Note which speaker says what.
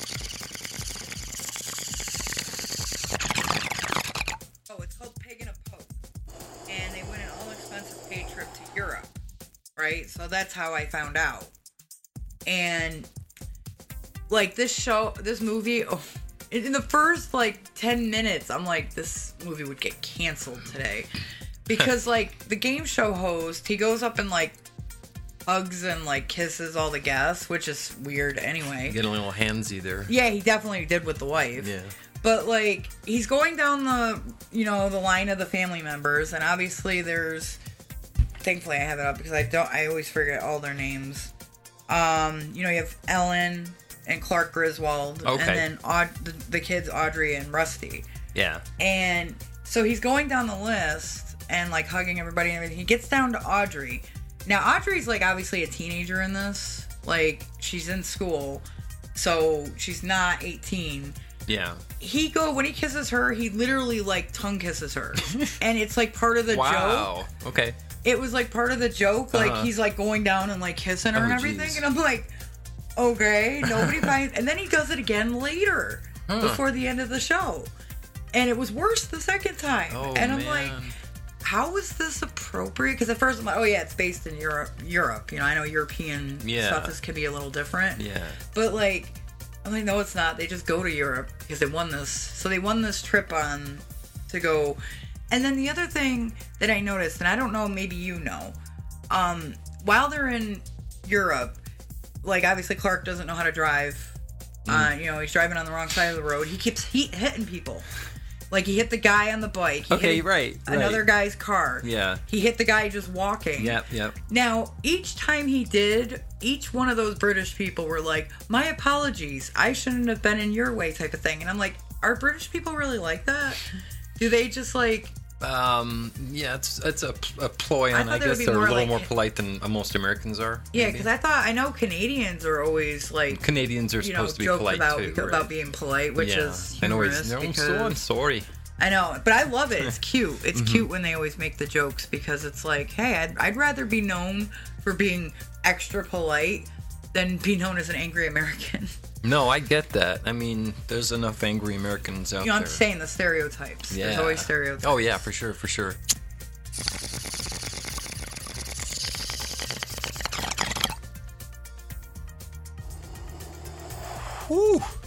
Speaker 1: Oh, right? So that's how I found out. And like this show, this movie, oh, in in the first like 10 minutes, I'm like, this movie would get canceled today. Because like the game show host, he goes up and like hugs and like kisses all the guests, which is weird anyway.
Speaker 2: Get a little handsy there.
Speaker 1: Yeah, he definitely did with the wife.
Speaker 2: Yeah.
Speaker 1: But like he's going down the you know the line of the family members, and obviously there's. Thankfully, I have it up because I don't. I always forget all their names. Um, you know, you have Ellen and Clark Griswold,
Speaker 2: Okay.
Speaker 1: and then Aud- the, the kids Audrey and Rusty.
Speaker 2: Yeah.
Speaker 1: And so he's going down the list and like hugging everybody and everything. He gets down to Audrey. Now Audrey's like obviously a teenager in this. Like she's in school, so she's not 18.
Speaker 2: Yeah.
Speaker 1: He go when he kisses her, he literally like tongue kisses her. and it's like part of the joke
Speaker 2: Wow. Okay.
Speaker 1: it was like part of the joke. Like
Speaker 2: Uh-huh.
Speaker 1: he's like going down and like kissing her
Speaker 2: Oh,
Speaker 1: and everything,
Speaker 2: jeez.
Speaker 1: and I'm like, okay, nobody finds. And then he does it again later before the end of the show, and it was worse the second time.
Speaker 2: Oh
Speaker 1: and I'm
Speaker 2: man.
Speaker 1: like, how is this appropriate? Because at first I'm like, oh yeah, it's based in Europe. Europe, you know, I know European
Speaker 2: Yeah.
Speaker 1: stuff is, can be a little different.
Speaker 2: yeah.
Speaker 1: But like, I'm like, no, it's not. They just go to Europe because they won this. So they won this trip on to go. And then the other thing that I noticed, and I don't know, maybe you know, um, while they're in Europe, like obviously Clark doesn't know how to drive.
Speaker 2: Mm.
Speaker 1: Uh, you know, he's driving on the wrong side of the road. He keeps hit hitting people. Like he hit the guy on the bike. He
Speaker 2: Okay,
Speaker 1: hit
Speaker 2: right, right.
Speaker 1: Another guy's car.
Speaker 2: Yeah.
Speaker 1: He hit the guy just walking.
Speaker 2: Yep. Yep.
Speaker 1: Now, each time he did, each one of those British people were like, My apologies, I shouldn't have been in your way, type of thing. And I'm like, Are British people really like that? Do they just like,
Speaker 2: Um. Yeah. It's it's a, a ploy,
Speaker 1: I
Speaker 2: and
Speaker 1: thought
Speaker 2: I,
Speaker 1: they would
Speaker 2: guess
Speaker 1: be
Speaker 2: they're a
Speaker 1: more
Speaker 2: little
Speaker 1: like-
Speaker 2: more polite than most Americans are.
Speaker 1: yeah,
Speaker 2: maybe.
Speaker 1: because I thought, I know Canadians are always like,
Speaker 2: Canadians are
Speaker 1: you know,
Speaker 2: supposed to be
Speaker 1: joke
Speaker 2: polite
Speaker 1: about,
Speaker 2: too.
Speaker 1: about
Speaker 2: right?
Speaker 1: being polite, which
Speaker 2: yeah.
Speaker 1: is
Speaker 2: and
Speaker 1: humorous.
Speaker 2: always, no, I'm
Speaker 1: because,
Speaker 2: so I'm sorry.
Speaker 1: I know, but I love it. It's cute. It's
Speaker 2: Mm-hmm.
Speaker 1: cute when they always make the jokes because it's like, hey, I'd, I'd rather be known for being extra polite than be known as an angry American.
Speaker 2: No, I get that. I mean, there's enough angry Americans out
Speaker 1: You know, I'm
Speaker 2: there.
Speaker 1: saying the stereotypes. There's always stereotypes.
Speaker 2: Oh yeah, for sure, for sure. Whew.